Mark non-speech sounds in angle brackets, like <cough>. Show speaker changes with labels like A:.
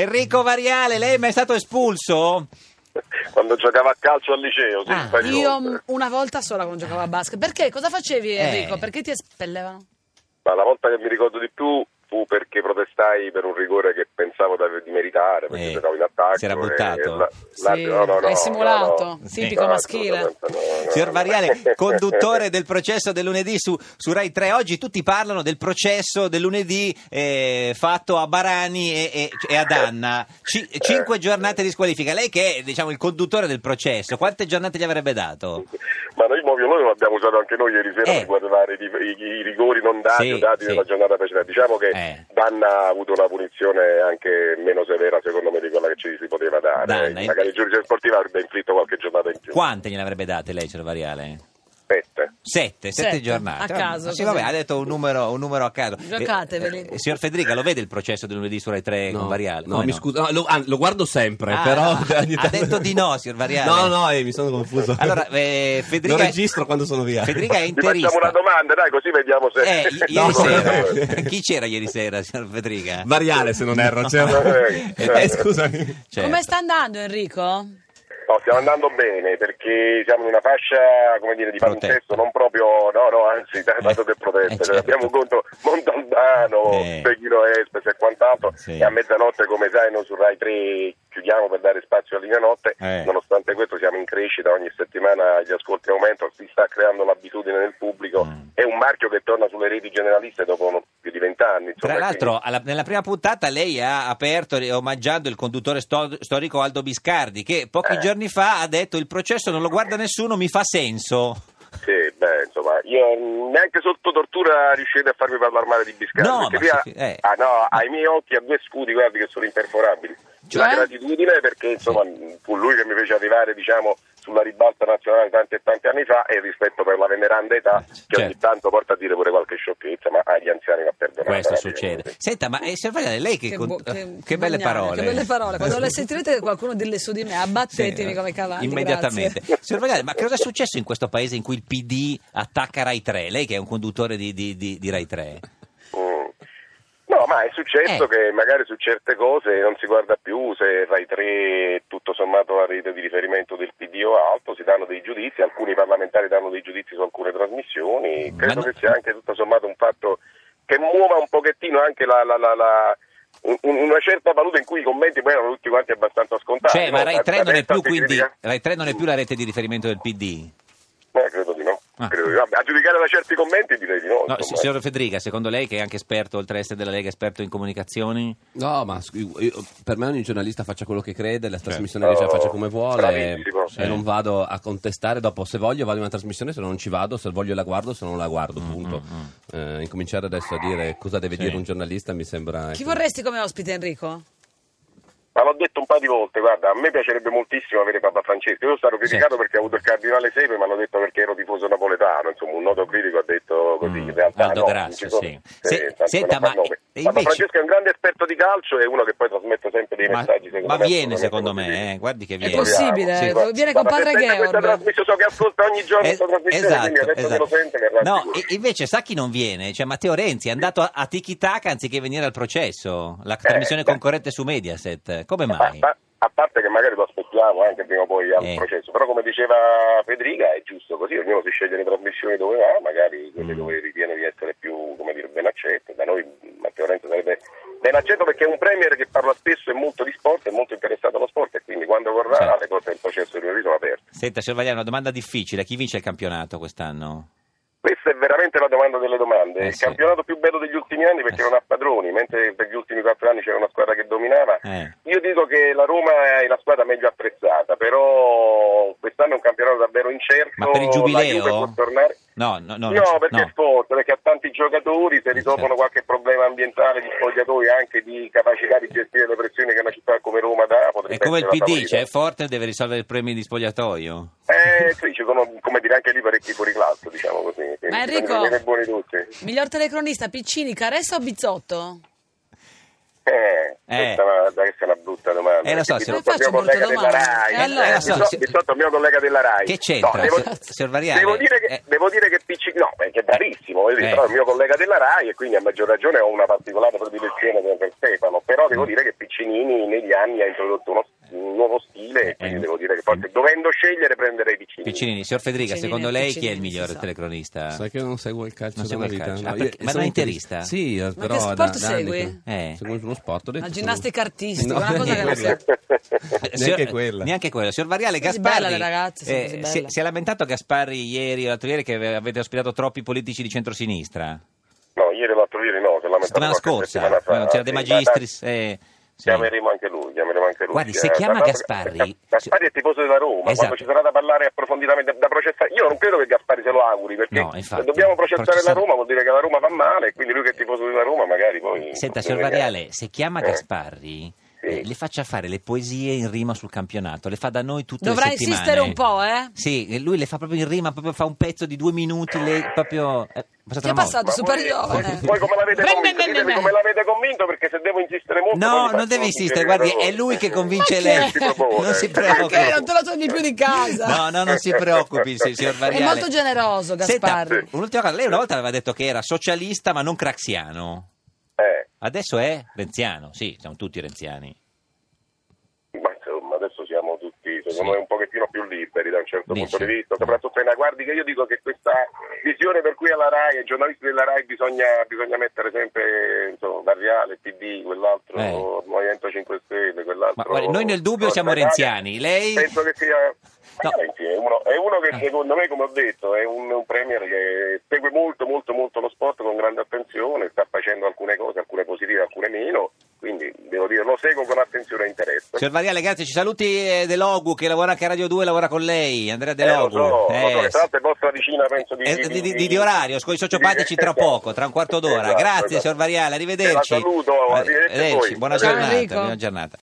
A: Enrico Variale, lei è mai stato espulso?
B: Quando giocava a calcio al liceo, sì,
A: Ah,
B: in Paglione.
C: Io m, una volta sola quando giocavo a basket. Perché? Cosa facevi
A: Eh.
C: Enrico? Perché ti espellevano?
B: Ma la volta che mi ricordo di più fu perché protestai per un rigore che pensavo di aver- di meritare, perché
A: Eh,
B: giocavo in attacco.
A: si era
B: e-
A: buttato?
B: e la- la-
C: Sì,
B: no, no, no,
C: hai simulato,
B: no, no.
C: tipico
B: No,
C: maschile.
B: assolutamente no, no,
A: Signor
B: no. <laughs>
A: Variale, conduttore del processo del lunedì su, su Rai 3, oggi tutti parlano del processo del lunedì eh, fatto a Barani e, e- e ad Anna. Ci- cinque giornate di squalifica. Lei che è diciamo, il conduttore del processo, quante giornate gli avrebbe dato?
B: Ma noi il moviolone lo abbiamo usato anche noi ieri sera
A: Eh.
B: per guardare i, i- i rigori non dati
A: Sì,
B: o dati
A: sì.
B: nella giornata precedente. Diciamo che
A: Eh.
B: Danna ha avuto una punizione anche meno severa, secondo me, di quella che ci si poteva dare.
A: Danna, eh.
B: Magari il giudice sportivo avrebbe inflitto qualche giornata in più.
A: Quante gliene avrebbe date lei, signor Variale?
B: Sette.
A: Sette, sette,
C: Sette,
A: giornate.
C: a caso,
A: Sì,
C: così.
A: vabbè, ha detto un numero, un numero a caso.
C: Giocateveli.
A: Eh, eh, signor Federica, lo vede il processo del lunedì su Rai 3 Eh, con Variale?
D: no,
A: Come
D: mi scuso, no, lo, ah, lo guardo sempre,
A: Ah,
D: però
A: no,
D: <laughs> ogni
A: ha
D: tanto-
A: detto di no, signor Variale.
D: No, no, eh, mi sono confuso.
A: Allora, eh, Federica...
D: Lo registro quando sono via.
A: Federica è
B: Ti facciamo una
A: interista.
B: domanda, dai, così vediamo se... <laughs>
A: Eh, i-
B: No,
A: ieri sera.
B: no, no.
A: Chi c'era ieri sera, signor Federica?
D: Variale, se non erro. cioè-
B: <laughs> Eh, eh.
D: Eh, scusami.
A: Certo.
C: Come sta andando Enrico?
B: No, stiamo andando bene perché siamo in una fascia, come dire, di
A: Protetta.
B: palinsesto, non proprio, no, no, anzi, <laughs> da- dato per protesta.
A: eh,
B: Cioè,
A: certo.
B: Abbiamo contro Montalbano,
A: Eh.
B: Peghino Espes e quant'altro.
A: Sì.
B: E a mezzanotte, come sai, noi su Rai 3 chiudiamo per dare spazio a Linea Notte.
A: Eh.
B: Nonostante questo, siamo in crescita ogni settimana, gli ascolti aumentano, si sta creando l'abitudine nel pubblico.
A: Mm.
B: È un marchio che torna sulle reti generaliste dopo no- più di vent'anni. insomma,
A: Tra
B: quindi-
A: l'altro, alla- nella prima puntata lei ha aperto, eh, omaggiando il conduttore sto- storico Aldo Biscardi, che pochi
B: Eh.
A: giorni fa ha detto il processo non lo guarda nessuno, mi fa senso.
B: Sì, beh, insomma, io mh, neanche sotto tortura riuscite a farmi parlare male di Biscardi.
A: No,
B: perché
A: ma
B: prima-
A: sì, sì, eh.
B: ah, no, ai miei occhi ha due scudi, guardi, che sono imperforabili.
C: Cioè?
B: La gratitudine perché, insomma, mh, fu lui che mi fece arrivare, diciamo, sulla ribalta nazionale tanti e tanti anni fa e il rispetto per la veneranda età
A: Eh,
B: che ogni
A: certo.
B: tanto porta a dire pure qualche sciocchezza, ma agli anziani va perdonata.
A: Questo
B: la
A: succede.
B: verità.
A: Senta, ma eh, signor Variale, lei che, con-
C: bo-
A: eh, che belle
C: bagnane,
A: parole.
C: Che belle parole. Quando le sentirete che qualcuno dille su di me, abbattetemi
A: Sì,
C: come cavalli.
A: Eh, Immediatamente.
C: grazie.
A: Signor Variale, ma cosa è successo in questo paese in cui il PD attacca Rai 3? Lei che è un conduttore di, di- di- di Rai 3.
B: Mm. No, ma è successo
A: Eh.
B: che magari su certe cose non si guarda più, se Rai 3 è tutto sommato la rete di riferimento del PD o altro, si danno dei giudizi, alcuni parlamentari danno dei giudizi su alcune trasmissioni,
A: Ma
B: credo
A: no-
B: che sia anche tutto sommato un fatto che muova un pochettino anche la, la- la- la- un- un- una certa valuta in cui i commenti poi erano tutti quanti abbastanza scontati.
A: Cioè,
B: no?
A: ma Rai
B: Da-
A: 3
B: da
A: non è
B: destra
A: più
B: si
A: quindi
B: critica.
A: Rai 3 non è più la rete di riferimento del PD.
B: Eh, credo di no.
A: Ah.
B: credo di no. Vabbè, A giudicare da certi commenti direi di no.
A: No, si-
B: insomma.
A: signor Federica, secondo lei che è anche esperto, oltre ad essere della Lega, esperto in comunicazioni?
D: No, ma scu- io- per me ogni giornalista faccia quello che crede, la trasmissione
B: Oh,
D: invece la faccia come vuole eh,
B: bravissimo.
D: e
B: Sì.
D: non vado a contestare dopo se voglio vado in una trasmissione, se non ci vado, se voglio la guardo, se non la guardo, punto. Eh, incominciare adesso a dire cosa deve
A: Sì.
D: dire un giornalista mi sembra...
C: Chi
D: ecco,
C: vorresti come ospite Enrico?
B: Ma l'ho detto un paio di volte, guarda, a me piacerebbe moltissimo avere Papa Francesco. Io sono stato criticato
A: Certo.
B: perché ho avuto il cardinale Sepe, ma hanno detto perché ero tifoso napoletano. Insomma, un noto critico ha detto così.
A: Mm,
B: In realtà,
A: Aldo
B: no,
A: Grasso,
B: non ci sono-
A: sì.
B: sì,
A: Se-
B: esatto,
A: senta,
B: non fa
A: ma-
B: nome.
A: e
B: Papa
A: invece-
B: Francesco è un grande esperto di calcio e uno che poi trasmette sempre dei
A: Ma-
B: messaggi. Secondo
A: ma
B: me,
A: viene,
B: assolutamente
A: secondo
B: positivi.
A: me, eh, guardi che
B: Ci
A: viene.
C: È possibile,
B: proviamo,
C: eh, viene con
B: Guarda,
C: padre
B: se sente questa
C: Georg.
B: trasmissione, so che ascolta ogni giorno
A: Eh, esatto.
B: questa trasmissione, quindi adesso che lo sente verrà
A: No,
B: sicuro.
A: e- invece sa chi non viene? Cioè Matteo Renzi è andato a, a tiki taka anziché venire al processo, la trasmissione
B: eh.
A: concorrente su Mediaset. Come
B: A,
A: mai?
B: pa- a parte che magari lo aspettiamo anche prima o poi al
A: Eh.
B: processo, però come diceva Federica è giusto così, ognuno si sceglie le trasmissioni dove va, magari quelle
A: Mm.
B: dove ritiene di essere più come dire, ben accetto, da noi Matteo Renzi sarebbe ben accetto perché è un premier che parla spesso e molto di sport, è molto interessato allo sport e quindi quando vorrà
A: Certo.
B: le cose del processo di lunedì sono aperte.
A: Senta, signor Vagliano, una domanda difficile. Chi vince il campionato quest'anno?
B: Questa è veramente la domanda delle domande.
A: Eh,
B: il
A: sì.
B: campionato più bello degli ultimi anni perché
A: Eh,
B: non ha padroni, mentre per gli ultimi quattro anni c'era una squadra che dominava.
A: Eh.
B: Io dico che la Roma è la squadra meglio apprezzata, però quest'anno è un campionato davvero incerto.
A: Ma per il
B: La Juve può
A: giubileo?
B: tornare.
A: No, no, no.
B: No, perché è
A: no.
B: forte, perché ha tanti giocatori, se
A: certo.
B: risolvono qualche problema ambientale di spogliatoi, anche di capacità di gestire le pressioni che una città come Roma dà,
A: È
B: potrebbe
A: come il
B: essere la
A: PD,
B: favorita.
A: cioè è forte deve risolvere il premio di spogliatoio.
B: Eh sì, ci sono, come dire, anche lì parecchi fuori classe, diciamo così. Quindi
C: Ma Enrico-
B: bisogna tenere buoni tutti.
C: Miglior telecronista, Piccini, Caressa o Bizzotto?
B: Eh, questa è una, questa è una brutta domanda.
A: Eh, lo so, se-
B: Perché mi sotto il mio
C: Eh, faccio
B: collega della
C: brutte domande.
B: RAI.
C: Eh, allora.
B: mi
A: Eh, lo so,
B: sotto-
A: se-
B: mi sotto il mio collega della RAI.
A: Che c'entra,
B: No, devo,
A: se- signor Variale?
B: devo dire che,
A: Eh.
B: devo dire che PC no, perché è bravissimo, voglio dire,
A: Eh.
B: però è il mio collega della RAI e quindi a maggior ragione ho una particolare predilezione per per Stefano, però
A: Mm.
B: devo dire che Piccinini negli anni ha introdotto uno- un nuovo stile e quindi
A: Eh.
B: devo dire che forse dovendo scegliere prenderei Piccinini.
A: Piccinini, signor Federica,
C: Piccinini,
A: secondo lei chi è il
C: Piccinini,
A: migliore
C: si sa.
A: telecronista? <laughs>
D: Sai che non seguo il calcio
A: Eh. Non
D: da
A: segue
D: una
A: il
D: vita.
A: calcio.
D: no,
A: Ah,
D: io
A: perché- ma
D: sono
A: non è
D: interista.
A: interista?
D: Sì, eh, però
C: che
D: da-
C: sport
D: da anni
C: segui?
D: che-
A: Eh.
D: Seguo uno sport. ho detto,
C: La
D: sono-
C: ginnastica artistica,
D: No,
C: una cosa che non
D: <laughs> neanche
C: si-
A: Eh,
D: Neanche
A: signor-
D: quella.
A: Neanche quella. Signor Variale,
C: Così
A: Gasparri eh,
C: bella le ragazze, sono così
A: si,
C: belle.
A: si è lamentato Gasparri ieri o l'altro ieri che ave- avete ospitato troppi politici di centrosinistra.
B: <laughs> No, ieri e l'altro ieri no, se lamentato
A: Settimana
B: qualche settimana
A: scorsa,
B: fa.
A: quando c'era De
B: Sì, ma-
A: Magistris. eh, sì.
B: Chiameremo anche lui, chiameremo anche lui.
A: Guardi, se
B: Eh,
A: chiama
B: ma- ma-
A: Gasparri- cioè
B: Gasparri è tifoso della Roma,
A: Esatto.
B: quando ci sarà da parlare approfonditamente, da processare... Io non credo che Gasparri se lo auguri, perché
A: No, infatti.
B: se dobbiamo processare
A: Processare-
B: la Roma vuol dire che la Roma fa male, quindi lui che è tifoso della Roma magari poi...
A: Senta, signor Variale, se chiama
B: Eh.
A: Gasparri, eh, le faccia fare le poesie in rima sul campionato, le fa da noi tutte
C: Dovrà
A: le settimane.
C: insistere un po', eh?
A: Sì, e lui le fa proprio in rima, proprio fa un pezzo di due minuti, le, proprio... eh,
C: Che è
A: una moda.
C: passato?
B: Ma
C: super
B: voi-
C: giovane.
B: Voi come l'avete
C: Beh,
B: convinto?
C: beh, beh,
B: Ditemi
C: beh.
B: come l'avete convinto, perché se devo insistere molto... poi
A: No,
B: gli faccio eh,
A: non deve insistere,
B: suggerire
A: guardi,
B: da
A: è
B: lei.
A: lui che
C: Ma
A: convince
C: che?
A: lei.
B: Si propone.
A: Non si
C: Perché non
A: preoccupi.
C: te lo togli più di casa?
A: Eh, No, no, non si preoccupi, si- signor Variale.
C: È molto generoso,
A: Senta,
C: Gasparri.
A: un'ultima cosa, lei una volta aveva detto che era socialista ma non craxiano.
B: Eh,
A: Adesso è renziano, sì, siamo tutti renziani.
B: Ma insomma, adesso siamo tutti, secondo
A: Sì.
B: me, un pochettino più liberi da un certo
A: Dici?
B: punto di vista, soprattutto in guardi che io dico che questa visione per cui alla RAI, ai giornalisti della RAI bisogna, bisogna mettere sempre insomma, Barriale, PD, quell'altro
A: Eh.
B: Movimento 5 Stelle, quell'altro.
A: Ma guardi, noi nel dubbio
B: Forza
A: siamo
B: Italia.
A: renziani, lei...
B: Penso che sia.
A: <laughs> No.
B: Eh, sì, È, uno, è uno
A: Ah.
B: che secondo me, come ho detto, è un, un premier che segue molto, molto, molto lo sport con grande attenzione, sta facendo alcune cose, alcune positive, alcune meno, quindi devo dire lo seguo con attenzione e interesse.
A: Signor Variale, grazie, ci saluti eh, De Logu che lavora anche a Radio 2, lavora con lei, Andrea De
B: Eh, lo
A: Logu.
B: so, lo so, che tra
A: sì.
B: l'altro è vostra vicina, penso, di,
A: Eh, di- di- di orario, con i sociopatici tra
B: <laughs> esatto.
A: poco, tra un quarto d'ora.
B: Esatto,
A: grazie,
B: esatto.
A: signor Variale,
B: Eh, La
A: arrivederci. Eh,
B: saluto, arrivederci a voi.
A: Buona
C: Ciao,
A: giornata,
C: Enrico.
A: buona giornata.